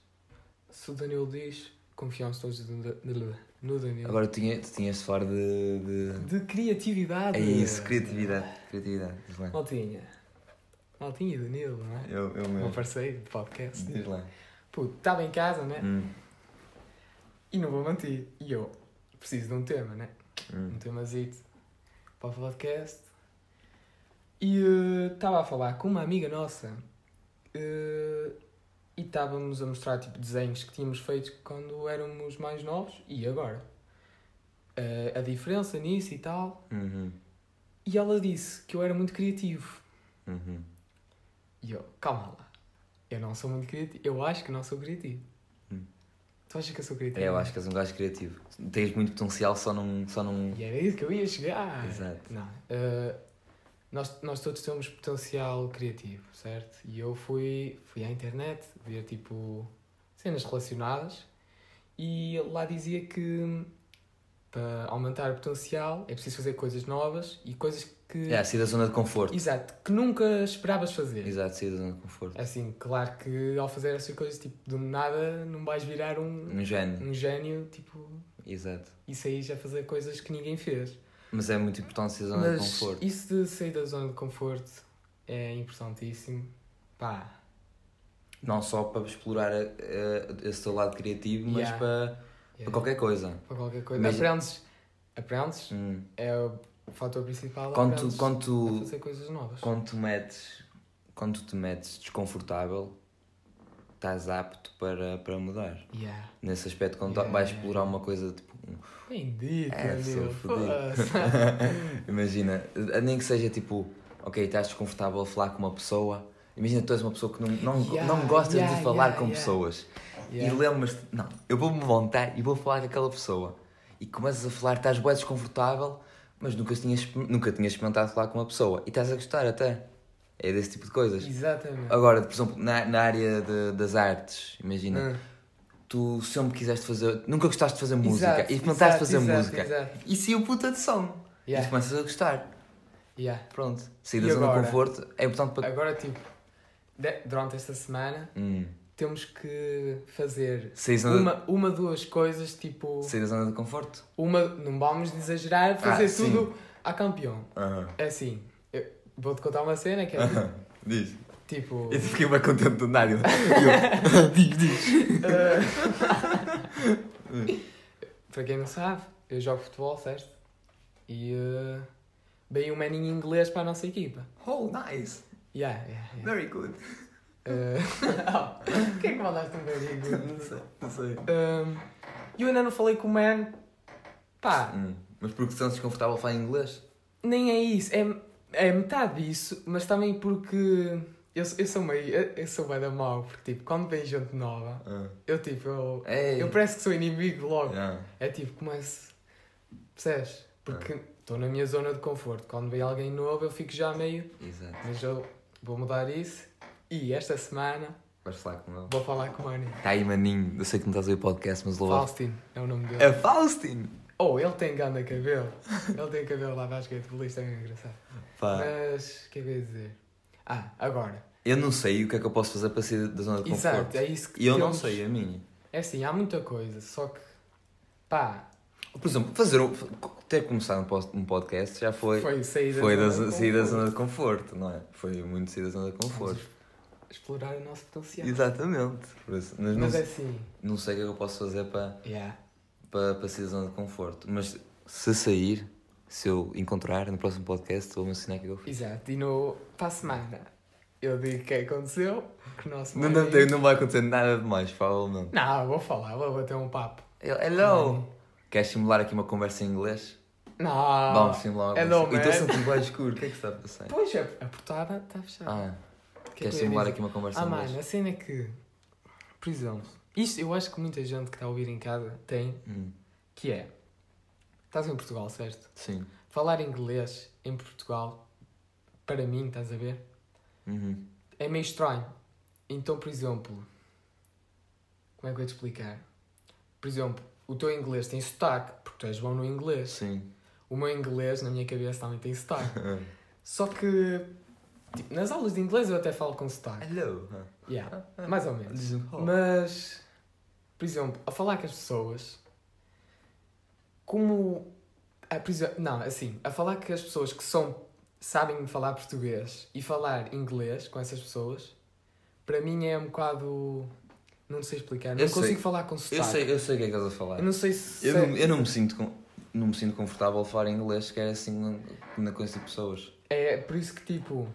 [SPEAKER 2] Se o Danilo diz, confiamos todos no, Da- no Danilo.
[SPEAKER 1] Agora tu tinha- tu tinhas de falar de. de-
[SPEAKER 2] De criatividade.
[SPEAKER 1] É isso, criatividade. Criatividade. Diz lá.
[SPEAKER 2] Maltinha. Maltinha e Danilo, não é?
[SPEAKER 1] Eu, eu
[SPEAKER 2] Meu
[SPEAKER 1] mesmo.
[SPEAKER 2] parceiro de podcast.
[SPEAKER 1] Diz lá.
[SPEAKER 2] Puto, estava em casa, né?
[SPEAKER 1] Hum,
[SPEAKER 2] E não vou mentir. E eu preciso de um tema, né?
[SPEAKER 1] hum.
[SPEAKER 2] Um temazito para o podcast. E eh, estava a falar com uma amiga nossa eh, e estávamos a mostrar tipo desenhos que tínhamos feito quando éramos mais novos e agora. Eh, a diferença nisso e tal.
[SPEAKER 1] Uhum,
[SPEAKER 2] E ela disse que eu era muito criativo.
[SPEAKER 1] uhum.
[SPEAKER 2] E eu, calma lá. Eu não sou muito criativo. Eu acho que não sou criativo.
[SPEAKER 1] Hum.
[SPEAKER 2] Tu achas que eu sou criativo?
[SPEAKER 1] É, eu acho que és um gajo criativo. Tens muito potencial, só não. Só não...
[SPEAKER 2] E era isso que eu ia chegar.
[SPEAKER 1] Exato.
[SPEAKER 2] Não. eh, nós, nós todos temos potencial criativo, certo? E eu fui, fui à internet ver tipo cenas relacionadas e lá dizia que para aumentar o potencial é preciso fazer coisas novas e coisas que.
[SPEAKER 1] É, sair da zona de conforto.
[SPEAKER 2] Exato, que nunca esperavas fazer.
[SPEAKER 1] Exato, sair da zona de conforto.
[SPEAKER 2] Assim, claro que ao fazer essas coisas, tipo, do nada não vais virar um,
[SPEAKER 1] Um gênio.
[SPEAKER 2] um gênio, tipo,
[SPEAKER 1] Exato.
[SPEAKER 2] isso aí já fazer coisas que ninguém fez.
[SPEAKER 1] Mas é muito importante sair da zona
[SPEAKER 2] Mas
[SPEAKER 1] de conforto.
[SPEAKER 2] isso de sair da zona de conforto é importantíssimo. Pá,
[SPEAKER 1] Não só para explorar eh, esse teu lado criativo, mas
[SPEAKER 2] Yeah.
[SPEAKER 1] para,
[SPEAKER 2] é,
[SPEAKER 1] para qualquer coisa.
[SPEAKER 2] para qualquer coisa.
[SPEAKER 1] Mas-
[SPEAKER 2] Aprendes, aprendes,
[SPEAKER 1] Hum.
[SPEAKER 2] é o fator principal.
[SPEAKER 1] Quando,
[SPEAKER 2] aprendes
[SPEAKER 1] tu, quando,
[SPEAKER 2] a
[SPEAKER 1] tu,
[SPEAKER 2] fazer coisas novas.
[SPEAKER 1] quando tu metes quando tu te metes desconfortável, estás apto para, para mudar.
[SPEAKER 2] Yeah.
[SPEAKER 1] Nesse aspecto, quando
[SPEAKER 2] Yeah,
[SPEAKER 1] vais
[SPEAKER 2] yeah,
[SPEAKER 1] explorar uma coisa tipo, um-
[SPEAKER 2] Bendito,
[SPEAKER 1] É, sou
[SPEAKER 2] meu.
[SPEAKER 1] fodido. <laughs>
[SPEAKER 2] Foda-se.
[SPEAKER 1] Imagina, nem que seja tipo, ok, estás desconfortável a falar com uma pessoa. Imagina, tu és uma pessoa que não, não,
[SPEAKER 2] Yeah,
[SPEAKER 1] não gostas
[SPEAKER 2] yeah,
[SPEAKER 1] de falar
[SPEAKER 2] yeah,
[SPEAKER 1] com
[SPEAKER 2] yeah.
[SPEAKER 1] pessoas.
[SPEAKER 2] Yeah.
[SPEAKER 1] E lembras-te, não, eu vou-me levantar e vou falar com aquela pessoa. E começas a falar, estás bem desconfortável, mas nunca tinhas, exper- nunca tinhas experimentado falar com uma pessoa. E estás a gostar até. É desse tipo de coisas.
[SPEAKER 2] Exatamente.
[SPEAKER 1] Agora, por exemplo, na, na área de- das artes, imagina,
[SPEAKER 2] Ah.
[SPEAKER 1] tu sempre quiseste fazer, nunca gostaste de fazer música
[SPEAKER 2] Exato,
[SPEAKER 1] e experimentaste
[SPEAKER 2] exato,
[SPEAKER 1] fazer
[SPEAKER 2] exato,
[SPEAKER 1] música.
[SPEAKER 2] exato.
[SPEAKER 1] E saiu puta de som. E tu
[SPEAKER 2] Yeah,
[SPEAKER 1] começas a gostar.
[SPEAKER 2] yeah.
[SPEAKER 1] Pronto. Sair
[SPEAKER 2] E
[SPEAKER 1] da zona
[SPEAKER 2] agora?
[SPEAKER 1] de conforto é importante para.
[SPEAKER 2] Agora, tipo, de- durante esta semana
[SPEAKER 1] Hum.
[SPEAKER 2] temos que fazer
[SPEAKER 1] Sair, da zona...
[SPEAKER 2] uma, uma duas coisas, tipo,
[SPEAKER 1] sair da zona de conforto?
[SPEAKER 2] uma, não vamos exagerar,
[SPEAKER 1] Ah,
[SPEAKER 2] fazer
[SPEAKER 1] sim.
[SPEAKER 2] tudo a campeão.
[SPEAKER 1] Aham.
[SPEAKER 2] É assim, eu vou-te contar uma cena que é tipo,
[SPEAKER 1] <laughs> Diz.
[SPEAKER 2] tipo, <laughs>
[SPEAKER 1] Eu fiquei bem contente do nada. Eu- <laughs> diz, diz.
[SPEAKER 2] eh, para quem não sabe, eu jogo futebol, certo? E eh, veio um maninho inglês para a nossa equipa.
[SPEAKER 1] Oh, nice.
[SPEAKER 2] Yeah, yeah, yeah.
[SPEAKER 1] Very good.
[SPEAKER 2] Eh, <laughs> oh, Quem é que mandaste um beijinho?
[SPEAKER 1] <laughs> <laughs> não sei.
[SPEAKER 2] Hum, eu ainda não falei com o man. Pá,
[SPEAKER 1] Hum. Mas porque são desconfortável a falar inglês?
[SPEAKER 2] nem é isso. É, é metade disso, mas também porque eu, sou- eu sou meio. Eu, eu sou bem da mal, porque tipo, quando vem gente nova, eu tipo, eu,
[SPEAKER 1] Ah. Ei.
[SPEAKER 2] eu parece que sou inimigo logo.
[SPEAKER 1] Yeah.
[SPEAKER 2] É tipo, começo. Percebes? Porque estou na minha zona de conforto. Quando vem alguém novo, eu fico já meio.
[SPEAKER 1] Exato.
[SPEAKER 2] Mas eu vou mudar isso. E esta semana
[SPEAKER 1] Vais falar com ele.
[SPEAKER 2] vou falar com o Mani.
[SPEAKER 1] Tá aí, maninho. Eu sei que não estás a ouvir o podcast, mas louva.
[SPEAKER 2] Faustino é o nome dele.
[SPEAKER 1] É Faustin!
[SPEAKER 2] Oh, ele tem ganda cabelo. Ele tem cabelo lá abaixo que é de polícia, é engraçado.
[SPEAKER 1] Pá.
[SPEAKER 2] Mas, o que é que eu ia dizer? Ah, agora.
[SPEAKER 1] Eu não sei o que é que eu posso fazer para sair da zona de conforto.
[SPEAKER 2] Exato, é isso que
[SPEAKER 1] E eu não
[SPEAKER 2] temos.
[SPEAKER 1] sei, a minha.
[SPEAKER 2] É assim, há muita coisa, só que... Pá,
[SPEAKER 1] Por exemplo, fazer um, ter começado um pos- um podcast já foi, foi,
[SPEAKER 2] foi sair da
[SPEAKER 1] da,
[SPEAKER 2] zona
[SPEAKER 1] zo-
[SPEAKER 2] de
[SPEAKER 1] sair da
[SPEAKER 2] conforto.
[SPEAKER 1] zona de conforto, não é? Foi muito sair da zona de conforto.
[SPEAKER 2] Explorar o nosso potencial.
[SPEAKER 1] Exatamente. Por isso, mas não,
[SPEAKER 2] é- Mas é assim,
[SPEAKER 1] não sei o que é que eu posso fazer para,
[SPEAKER 2] yeah.
[SPEAKER 1] para, para sair da zona de conforto. Mas se sair, se eu encontrar no próximo podcast, vou mencionar o que é que eu fiz.
[SPEAKER 2] Exato, e no... Para a semana, eu digo o que aconteceu, que o nosso...
[SPEAKER 1] Não,
[SPEAKER 2] maninho-
[SPEAKER 1] deve ter- não vai acontecer nada demais, provavelmente.
[SPEAKER 2] Não, vou falar, vou bater um papo.
[SPEAKER 1] Eu- Hello! Hum. Queres simular aqui uma conversa em inglês?
[SPEAKER 2] Não.
[SPEAKER 1] Vamos simular uma
[SPEAKER 2] Ah, hello,
[SPEAKER 1] conversa. E estou
[SPEAKER 2] man.
[SPEAKER 1] sentindo bem escuro, o que é que está a passar?
[SPEAKER 2] Pois, a, a portada está fechada.
[SPEAKER 1] Ah,
[SPEAKER 2] O que é
[SPEAKER 1] queres
[SPEAKER 2] que eu ia
[SPEAKER 1] simular
[SPEAKER 2] dizer?
[SPEAKER 1] aqui uma conversa
[SPEAKER 2] Ah,
[SPEAKER 1] em inglês?
[SPEAKER 2] mano, a cena é que, por exemplo, isto eu acho que muita gente que está a ouvir em casa tem,
[SPEAKER 1] Hum,
[SPEAKER 2] que é, estás em Portugal, certo?
[SPEAKER 1] sim.
[SPEAKER 2] Falar inglês em Portugal, para mim, estás a ver,
[SPEAKER 1] Uhum.
[SPEAKER 2] é meio estranho. Então, por exemplo, como é que eu ia te explicar? Por exemplo, o teu inglês tem sotaque, porque tu és bom no inglês.
[SPEAKER 1] Sim.
[SPEAKER 2] O meu inglês, na minha cabeça, também tem sotaque. Só que, tipo, nas aulas de inglês eu até falo com sotaque.
[SPEAKER 1] Hello.
[SPEAKER 2] Yeah, mais ou menos.
[SPEAKER 1] Diz-me.
[SPEAKER 2] Mas, por exemplo, a falar com as pessoas, como. A, por exemplo, não, assim, a falar com as pessoas que são, sabem falar português e falar inglês com essas pessoas, para mim é um bocado. Não sei explicar, não
[SPEAKER 1] Eu sei.
[SPEAKER 2] consigo falar com sotaque.
[SPEAKER 1] Eu sei, eu sei o que é que estás a falar.
[SPEAKER 2] Eu não sei se.
[SPEAKER 1] Eu não, eu não me sinto com- não me sinto confortável a falar inglês, que é assim na- na coisa de pessoas.
[SPEAKER 2] É por isso que, tipo,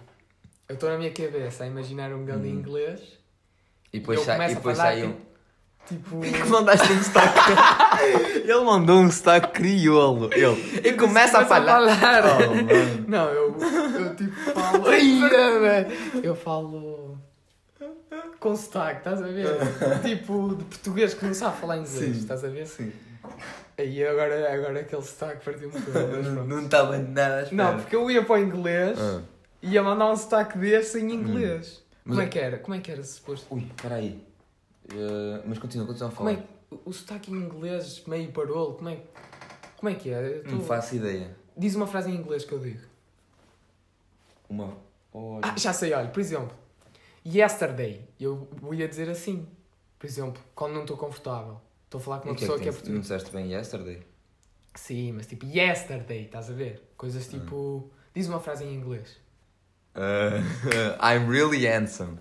[SPEAKER 2] eu estou na minha cabeça a imaginar um grande
[SPEAKER 1] Hum.
[SPEAKER 2] inglês,
[SPEAKER 1] E depois
[SPEAKER 2] eu
[SPEAKER 1] sai,
[SPEAKER 2] começo
[SPEAKER 1] e
[SPEAKER 2] a
[SPEAKER 1] depois
[SPEAKER 2] falar
[SPEAKER 1] sai
[SPEAKER 2] que-
[SPEAKER 1] <laughs> um.
[SPEAKER 2] tipo.
[SPEAKER 1] mandaste um sotaque. <laughs> Ele mandou um sotaque crioulo. Ele, ele começa a
[SPEAKER 2] começo a
[SPEAKER 1] falar.
[SPEAKER 2] falar.
[SPEAKER 1] Oh, mano.
[SPEAKER 2] Não, eu, eu <laughs> tipo falo. Ia, velho. eu falo. <laughs> Com sotaque, estás a ver? tipo de português que não sabe falar inglês,
[SPEAKER 1] Sim.
[SPEAKER 2] estás a ver?
[SPEAKER 1] Sim.
[SPEAKER 2] Aí agora, agora aquele sotaque partiu muito. mas
[SPEAKER 1] Não-
[SPEAKER 2] pronto.
[SPEAKER 1] não estava nada à espera.
[SPEAKER 2] Não, porque eu ia para o inglês
[SPEAKER 1] Ah.
[SPEAKER 2] e ia mandar um sotaque desse em inglês.
[SPEAKER 1] Mas
[SPEAKER 2] Como
[SPEAKER 1] eu-
[SPEAKER 2] é que era? Como é que era suposto?
[SPEAKER 1] Ui, peraí. Eh, mas continua, continua a
[SPEAKER 2] Como
[SPEAKER 1] falar.
[SPEAKER 2] é que... o- O sotaque em inglês meio parolo, como é, como é que é? Eu tô-
[SPEAKER 1] Não faço ideia.
[SPEAKER 2] Diz uma frase em inglês que eu digo.
[SPEAKER 1] Uma. Olha.
[SPEAKER 2] Ah, já sei, olha, por exemplo, yesterday, eu ia dizer assim. Por exemplo, quando não estou confortável, estou a falar com uma
[SPEAKER 1] O
[SPEAKER 2] pessoa que é,
[SPEAKER 1] tens- Não
[SPEAKER 2] portuguesa.
[SPEAKER 1] disseste bem yesterday?
[SPEAKER 2] Sim, mas tipo, yesterday, estás a ver? Coisas
[SPEAKER 1] Ah.
[SPEAKER 2] tipo. Diz uma frase em inglês.
[SPEAKER 1] Eh, <laughs> I'm really handsome.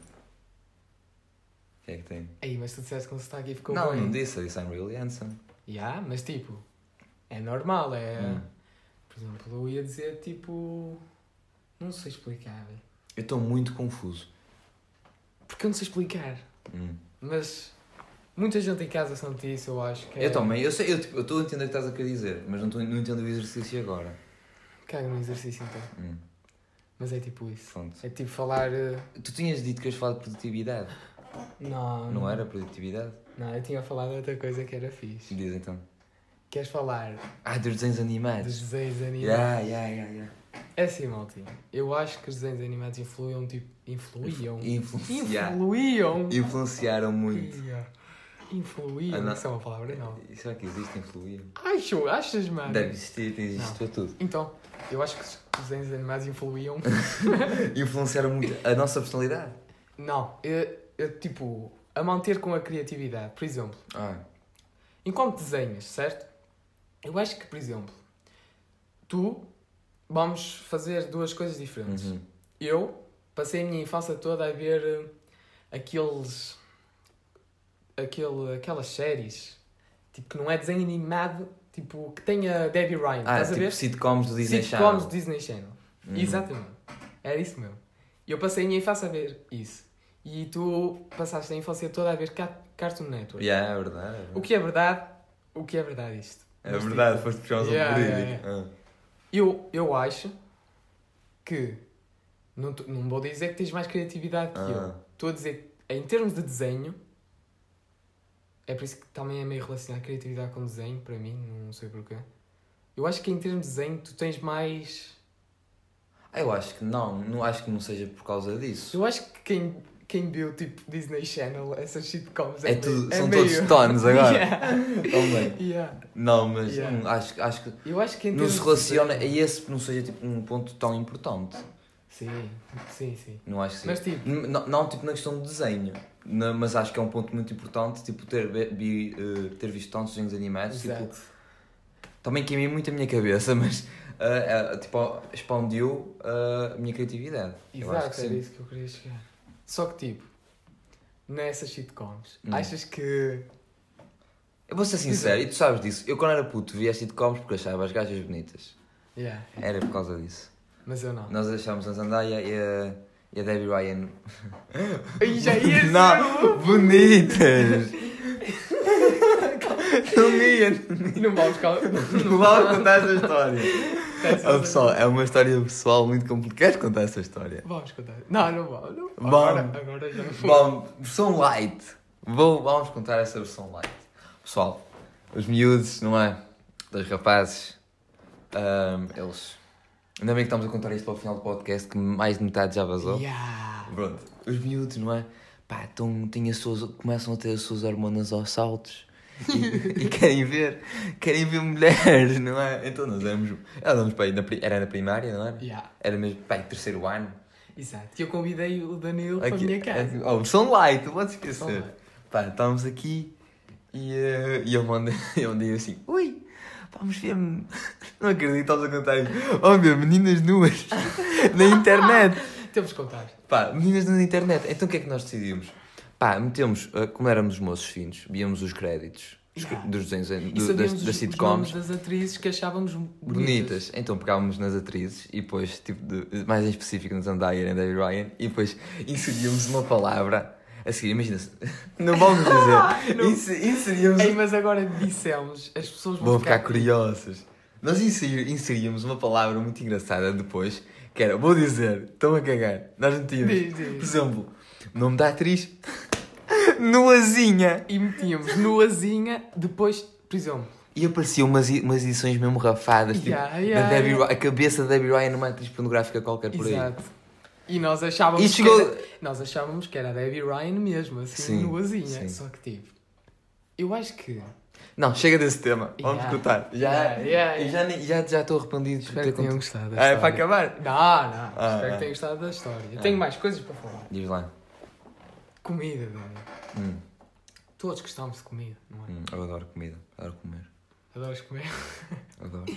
[SPEAKER 1] O que é que tem?
[SPEAKER 2] Aí, mas tu disseste com sotaque e ficou
[SPEAKER 1] não,
[SPEAKER 2] bem.
[SPEAKER 1] não disse, eu disse I'm really handsome.
[SPEAKER 2] Ya, mas tipo, é normal, é.
[SPEAKER 1] Hum.
[SPEAKER 2] Por exemplo, eu ia dizer tipo. Não sei explicar.
[SPEAKER 1] Eu estou muito confuso.
[SPEAKER 2] Porque eu não sei explicar.
[SPEAKER 1] Hum.
[SPEAKER 2] Mas muita gente em casa sente isso, eu acho que. é-
[SPEAKER 1] Eu também, eu sei, eu tipo, eu estou a entender o que estás a querer dizer, mas não, estou não entendo o exercício agora.
[SPEAKER 2] Cago no exercício então.
[SPEAKER 1] Hum,
[SPEAKER 2] Mas é tipo isso.
[SPEAKER 1] pronto.
[SPEAKER 2] É tipo falar. eh,
[SPEAKER 1] Tu tinhas dito que ias falar de produtividade,
[SPEAKER 2] Não,
[SPEAKER 1] não é. era produtividade?
[SPEAKER 2] Não, eu tinha falado outra coisa que era fixe.
[SPEAKER 1] Diz então.
[SPEAKER 2] Queres falar
[SPEAKER 1] Ah, dos desenhos
[SPEAKER 2] dos
[SPEAKER 1] animados.
[SPEAKER 2] desenhos animados?
[SPEAKER 1] Yeah, yeah, yeah, yeah.
[SPEAKER 2] É assim, Maltinho. Eu acho que os desenhos animados influíam, tipo. Influíam.
[SPEAKER 1] Influenciar.
[SPEAKER 2] Influíam!
[SPEAKER 1] Influenciaram muito.
[SPEAKER 2] Ia.
[SPEAKER 1] Ah,
[SPEAKER 2] Influíam.
[SPEAKER 1] não.
[SPEAKER 2] Isso é uma palavra não.
[SPEAKER 1] Será que existe influir?
[SPEAKER 2] Acho, achas, mano?
[SPEAKER 1] Deve existir, tem existe
[SPEAKER 2] Ah, Não.
[SPEAKER 1] para tudo.
[SPEAKER 2] Então, eu acho que os desenhos animados influíam. <laughs>
[SPEAKER 1] Influenciaram muito a nossa personalidade.
[SPEAKER 2] não, eu, eu, tipo, a manter com a criatividade. Por exemplo,
[SPEAKER 1] Ah,
[SPEAKER 2] enquanto desenhas, certo? Eu acho que, por exemplo, tu vamos fazer duas coisas diferentes.
[SPEAKER 1] uhum.
[SPEAKER 2] Eu passei a minha infância toda a ver eh, aqueles. Aquele, aquelas séries tipo que não é desenho animado, tipo que tenha Debbie Ryan,
[SPEAKER 1] ah
[SPEAKER 2] estás a
[SPEAKER 1] tipo
[SPEAKER 2] ver?
[SPEAKER 1] sitcoms do Disney
[SPEAKER 2] Sitcoms
[SPEAKER 1] Channel.
[SPEAKER 2] Disney Channel.
[SPEAKER 1] Uhum.
[SPEAKER 2] Exatamente. Era isso mesmo. E eu passei a minha infância a ver isso. E tu passaste a infância toda a ver Ca- Cartoon Network.
[SPEAKER 1] Yeah, é verdade.
[SPEAKER 2] O que é verdade, o que é verdade isto.
[SPEAKER 1] É
[SPEAKER 2] Mas, tipo,
[SPEAKER 1] verdade, foste puxar um
[SPEAKER 2] Yeah, yeah,
[SPEAKER 1] verídico. Ah.
[SPEAKER 2] eu, eu acho que não, tô- não vou dizer que tens mais criatividade que eu.
[SPEAKER 1] Ah.
[SPEAKER 2] Estou a dizer que em termos de desenho, é por isso que também é meio relacionar criatividade com desenho, para mim, não sei porquê. Eu acho que em termos de desenho tu tens mais.
[SPEAKER 1] Ah, Eu acho que não, não acho que não seja por causa disso.
[SPEAKER 2] Eu acho que quem, quem viu tipo Disney Channel, essas sitcoms
[SPEAKER 1] É
[SPEAKER 2] meio-
[SPEAKER 1] tudo, são
[SPEAKER 2] meio-
[SPEAKER 1] todos tones agora.
[SPEAKER 2] <laughs> Yeah,
[SPEAKER 1] Também.
[SPEAKER 2] yeah.
[SPEAKER 1] Não, mas
[SPEAKER 2] Yeah.
[SPEAKER 1] hum, acho, que- acho que
[SPEAKER 2] Eu acho que em
[SPEAKER 1] não
[SPEAKER 2] termos
[SPEAKER 1] se
[SPEAKER 2] de
[SPEAKER 1] relaciona a
[SPEAKER 2] desenho-
[SPEAKER 1] esse que não seja tipo um ponto tão importante.
[SPEAKER 2] Sim, sim, sim.
[SPEAKER 1] Não acho que
[SPEAKER 2] Mas
[SPEAKER 1] seja.
[SPEAKER 2] tipo,
[SPEAKER 1] N- Não, não, tipo na questão do desenho, na- mas acho que é um ponto muito importante, tipo ter, be- vi- eh, ter visto tantos desenhos animados, tipo,
[SPEAKER 2] exato.
[SPEAKER 1] também queimei muito a minha cabeça, <laughs> mas eh, eh, tipo, expandiu eh, a minha criatividade. Eu acho que
[SPEAKER 2] Exato, era
[SPEAKER 1] sim.
[SPEAKER 2] isso que eu queria chegar. Só que tipo, nessas sitcoms,
[SPEAKER 1] Hum.
[SPEAKER 2] achas que.
[SPEAKER 1] Eu vou ser sincero, e tu sabes disso, eu quando era puto via as sitcoms porque achava as gajas bonitas.
[SPEAKER 2] Yeah,
[SPEAKER 1] Era por causa disso.
[SPEAKER 2] mas eu
[SPEAKER 1] <laughs>
[SPEAKER 2] não.
[SPEAKER 1] Nós achámos a Zandaya e a, e a Debbie Ryan.
[SPEAKER 2] Aí já
[SPEAKER 1] <laughs>
[SPEAKER 2] ia ser bom.
[SPEAKER 1] não,
[SPEAKER 2] <laughs>
[SPEAKER 1] bonitas! não ia,
[SPEAKER 2] E não vamos calma.
[SPEAKER 1] <laughs> não vale contar essa história.
[SPEAKER 2] Peço
[SPEAKER 1] Ah,
[SPEAKER 2] desculpa.
[SPEAKER 1] pessoal, é uma história pessoal muito complicada. Queres contar essa história?
[SPEAKER 2] Vamos contar. Não, não vou. Não.
[SPEAKER 1] Vamos.
[SPEAKER 2] Agora, agora já não vou.
[SPEAKER 1] Bom, versão light. Vou, vamos contar essa versão light. Pessoal, os miúdos, não é? Dos rapazes, ahm, eles. Ainda bem que estamos a contar isto para o final do podcast, que mais de metade já vazou.
[SPEAKER 2] Yeah.
[SPEAKER 1] Pronto, os miúdos, não é? Pá, tão, têm as suas, começam a ter as suas hormonas aos saltos <laughs> e, e querem ver, querem ver mulheres, não é? Então nós éramos, éramos para aí, na, pri- era na primária, não era?
[SPEAKER 2] Yeah.
[SPEAKER 1] Era mesmo, pá, aí terceiro ano.
[SPEAKER 2] Exato. E eu convidei o Danilo para a
[SPEAKER 1] Aqui-
[SPEAKER 2] minha casa.
[SPEAKER 1] aqui- oh, Sunlight, não podes esquecer.
[SPEAKER 2] Sunlight.
[SPEAKER 1] Pá, estávamos aqui e, eh, e eu mandei, <laughs> eu mandei assim, ui, vamos ver, men- <laughs> não acredito, estamos a contar isso. Vamos ver meninas nuas <laughs> na internet.
[SPEAKER 2] Temos de Então, contar.
[SPEAKER 1] Pá, meninas na internet. Então o que é que nós decidimos? Pá, metemos, eh, como éramos moços finos, víamos os créditos dos, cr-
[SPEAKER 2] Yeah.
[SPEAKER 1] dos desenhos, eh, do-
[SPEAKER 2] E
[SPEAKER 1] das,
[SPEAKER 2] sabíamos os-
[SPEAKER 1] das
[SPEAKER 2] os
[SPEAKER 1] sitcoms.
[SPEAKER 2] nomes das atrizes que achávamos bonitas.
[SPEAKER 1] Bonitas. Então pegávamos nas atrizes e depois, tipo, de- mais em específico nos Zendaya e David Ryan, e depois inseríamos uma palavra a seguir. Imagina-se, <laughs> não vamos dizer,
[SPEAKER 2] <laughs> Não.
[SPEAKER 1] Inse- inseríamos.
[SPEAKER 2] Ei, mas agora dissemos, as pessoas vão,
[SPEAKER 1] Vão ficar curiosas. Nós inseri- inseríamos uma palavra muito engraçada depois, que era, vou dizer, estão a cagar. Nós metíamos,
[SPEAKER 2] Diz, diz.
[SPEAKER 1] por exemplo, nome da atriz, <laughs> Nuazinha.
[SPEAKER 2] E metíamos nuazinha, depois, por exemplo,
[SPEAKER 1] E apareciam umas, i- umas edições mesmo rafadas,
[SPEAKER 2] Yeah,
[SPEAKER 1] tipo,
[SPEAKER 2] yeah,
[SPEAKER 1] da Debbie
[SPEAKER 2] yeah.
[SPEAKER 1] Ry- a cabeça da Debbie Ryan numa atriz pornográfica qualquer É por aí.
[SPEAKER 2] Exato. E nós achávamos,
[SPEAKER 1] E chegou-
[SPEAKER 2] que era, nós achávamos que era a Debbie Ryan mesmo, assim,
[SPEAKER 1] Sim,
[SPEAKER 2] nuazinha.
[SPEAKER 1] sim.
[SPEAKER 2] Só que tipo, eu acho que.
[SPEAKER 1] Não, chega desse tema, vamos
[SPEAKER 2] Yeah.
[SPEAKER 1] cortar. Já,
[SPEAKER 2] Yeah, yeah,
[SPEAKER 1] e já nem- já já estou arrependido por
[SPEAKER 2] Espero que
[SPEAKER 1] ter
[SPEAKER 2] tenham
[SPEAKER 1] contado.
[SPEAKER 2] gostado. da
[SPEAKER 1] Ah, é para
[SPEAKER 2] história.
[SPEAKER 1] acabar?
[SPEAKER 2] Não, não.
[SPEAKER 1] Ah,
[SPEAKER 2] espero
[SPEAKER 1] ah.
[SPEAKER 2] que tenham gostado da história. Eu tenho mais coisas para falar.
[SPEAKER 1] Diz lá.
[SPEAKER 2] Comida, velho.
[SPEAKER 1] Hum,
[SPEAKER 2] Todos gostamos de comida, não é?
[SPEAKER 1] hum, eu adoro comida, adoro comer,
[SPEAKER 2] Adoras comer.
[SPEAKER 1] adoro.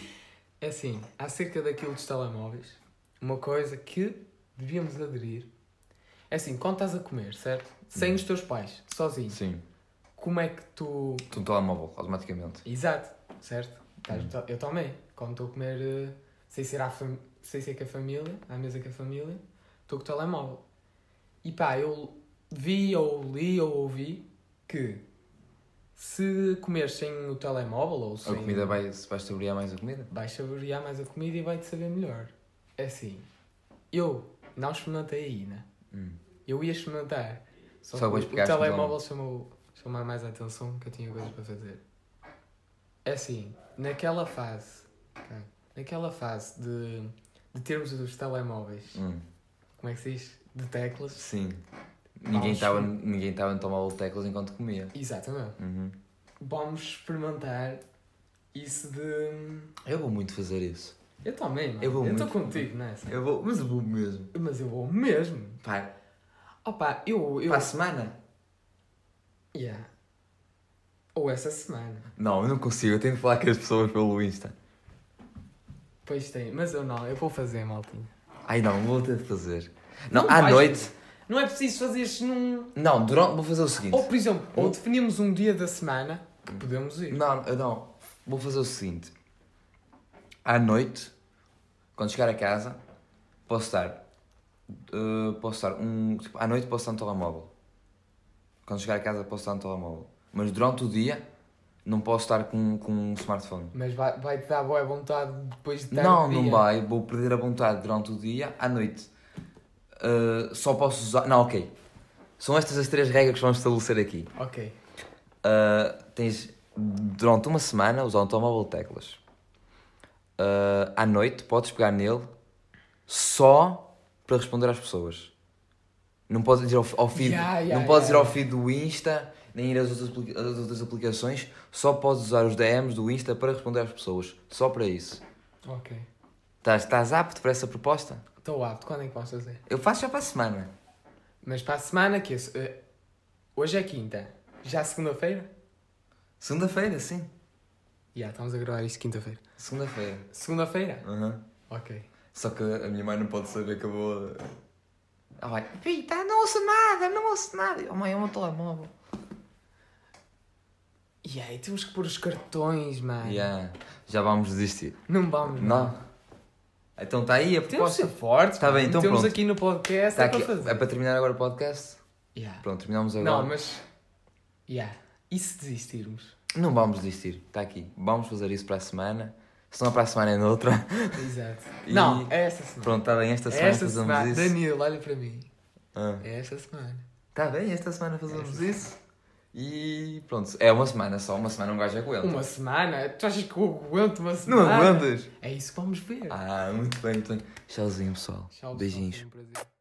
[SPEAKER 2] É assim, acerca daquilo dos telemóveis, uma coisa que devíamos aderir. É assim, quando estás a comer, certo?
[SPEAKER 1] Hum.
[SPEAKER 2] Sem os teus pais, sozinho,
[SPEAKER 1] <coughs> Sim,
[SPEAKER 2] como é que tu.
[SPEAKER 1] estou no telemóvel, automaticamente.
[SPEAKER 2] Exato, certo? Estás
[SPEAKER 1] Uhum.
[SPEAKER 2] no tel- Eu também. Quando estou a comer, eh, sem ser, à fam... sem ser com a família, à mesa com a família, estou com o telemóvel. E pá, eu vi ou li ou ouvi que se comer sem o telemóvel ou sem.
[SPEAKER 1] A comida é vai, se vais saborear mais a comida?
[SPEAKER 2] vais saborear mais a comida e vai-te saber melhor. É assim, eu não experimentei ainda.
[SPEAKER 1] Hum.
[SPEAKER 2] Eu ia experimentar. Só,
[SPEAKER 1] Só
[SPEAKER 2] que o,
[SPEAKER 1] vais
[SPEAKER 2] o
[SPEAKER 1] pegar
[SPEAKER 2] telemóvel chamou, chamou mais a atenção que eu tinha coisas para fazer. É assim, naquela fase, ok? naquela fase de, de termos os telemóveis,
[SPEAKER 1] Hum,
[SPEAKER 2] como é que se diz? De teclas.
[SPEAKER 1] sim. Ninguém
[SPEAKER 2] Vamos-
[SPEAKER 1] estava ninguém tava no telemóvel de teclas enquanto comia.
[SPEAKER 2] Exatamente.
[SPEAKER 1] Uhum.
[SPEAKER 2] Vamos experimentar isso de.
[SPEAKER 1] Eu vou muito fazer isso.
[SPEAKER 2] Eu também, mano.
[SPEAKER 1] Eu vou
[SPEAKER 2] Eu estou
[SPEAKER 1] muito.
[SPEAKER 2] contigo nessa.
[SPEAKER 1] Eu vou, mas eu vou mesmo.
[SPEAKER 2] Mas eu vou mesmo.
[SPEAKER 1] Pá,
[SPEAKER 2] Opa, eu. eu...
[SPEAKER 1] para a semana?
[SPEAKER 2] Yeah. Ou essa semana.
[SPEAKER 1] Não, eu não consigo. Eu tenho de falar com as pessoas pelo Insta.
[SPEAKER 2] Pois tem, mas eu não, eu vou fazer, maltinha.
[SPEAKER 1] Ai não, vou ter de fazer. Não,
[SPEAKER 2] Não
[SPEAKER 1] à
[SPEAKER 2] vais-
[SPEAKER 1] noite.
[SPEAKER 2] Não é preciso fazer isto num.
[SPEAKER 1] Não, durante. Vou fazer o seguinte.
[SPEAKER 2] Ou, por exemplo,
[SPEAKER 1] Ou-
[SPEAKER 2] ou definimos um dia da semana que podemos ir.
[SPEAKER 1] Não, eu não. Vou fazer o seguinte. À noite, quando chegar a casa, posso estar. eh, posso estar um. Tipo, à noite posso estar no telemóvel. Quando chegar a casa posso estar no telemóvel. Mas durante o dia não posso estar com, com um smartphone.
[SPEAKER 2] Mas vai- vai-te dar boa vontade depois de estar
[SPEAKER 1] não,
[SPEAKER 2] o dia.
[SPEAKER 1] não vai. Vou perder a vontade durante o dia. À noite eh, só posso usar. Não, ok. São estas as três regras que vamos estabelecer aqui.
[SPEAKER 2] Ok.
[SPEAKER 1] Uh, tens durante uma semana usar um telemóvel de teclas. Uh, à noite podes pegar nele só para responder às pessoas. Não podes ir ao, ao feed,
[SPEAKER 2] Yeah, yeah,
[SPEAKER 1] não podes
[SPEAKER 2] yeah.
[SPEAKER 1] ir ao feed do Insta, nem ir às outras, apli- às outras aplicações, só podes usar os DMs do Insta para responder às pessoas, só para isso.
[SPEAKER 2] Ok.
[SPEAKER 1] Estás, estás apto para essa proposta?
[SPEAKER 2] Estou apto, quando é que posso fazer?
[SPEAKER 1] Eu faço já para a semana.
[SPEAKER 2] Mas para a semana que é. se- eh, Hoje é quinta. Já segunda-feira?
[SPEAKER 1] Segunda-feira, sim.
[SPEAKER 2] Já, estamos a gravar isto quinta-feira.
[SPEAKER 1] Segunda-feira.
[SPEAKER 2] Segunda-feira?
[SPEAKER 1] Uhum.
[SPEAKER 2] Ok.
[SPEAKER 1] Só que a minha mãe não pode saber que eu vou. Ah, vai. Pita, não ouço nada, não ouço nada. Oh, mãe, é o meu telemóvel.
[SPEAKER 2] E aí, temos que pôr os cartões, mano.
[SPEAKER 1] Yeah. Já vamos desistir.
[SPEAKER 2] Não vamos,
[SPEAKER 1] Não. Então está aí a
[SPEAKER 2] Temos de
[SPEAKER 1] proposta.
[SPEAKER 2] um ser fortes.
[SPEAKER 1] Tá bem,
[SPEAKER 2] mano.
[SPEAKER 1] então
[SPEAKER 2] Temos
[SPEAKER 1] pronto.
[SPEAKER 2] aqui no podcast
[SPEAKER 1] Está
[SPEAKER 2] é
[SPEAKER 1] aqui.
[SPEAKER 2] para fazer.
[SPEAKER 1] É para terminar agora o podcast?
[SPEAKER 2] Yeah.
[SPEAKER 1] Pronto, terminamos agora.
[SPEAKER 2] Não, mas. Yeah. E se desistirmos?
[SPEAKER 1] Não vamos desistir. Está aqui. Vamos fazer isso para a semana. Se não é para a semana, é noutra. <laughs>
[SPEAKER 2] Exato.
[SPEAKER 1] E-
[SPEAKER 2] Não, é esta semana.
[SPEAKER 1] Pronto, está bem. Esta
[SPEAKER 2] É
[SPEAKER 1] semana
[SPEAKER 2] esta
[SPEAKER 1] fazemos
[SPEAKER 2] semana.
[SPEAKER 1] isso.
[SPEAKER 2] Danilo, olha para mim.
[SPEAKER 1] Ah.
[SPEAKER 2] É esta semana.
[SPEAKER 1] Está bem, esta semana fazemos isso. E pronto, é uma semana só. Uma semana um gajo aguenta. Ah.
[SPEAKER 2] Uma semana? Tu achas que eu aguento uma
[SPEAKER 1] Não
[SPEAKER 2] semana?
[SPEAKER 1] aguentas?
[SPEAKER 2] É isso que vamos ver.
[SPEAKER 1] Ah, muito bem, muito bem. Tchauzinho, pessoal.
[SPEAKER 2] Tchau, pessoal.
[SPEAKER 1] Beijinhos.
[SPEAKER 2] Foi um prazer.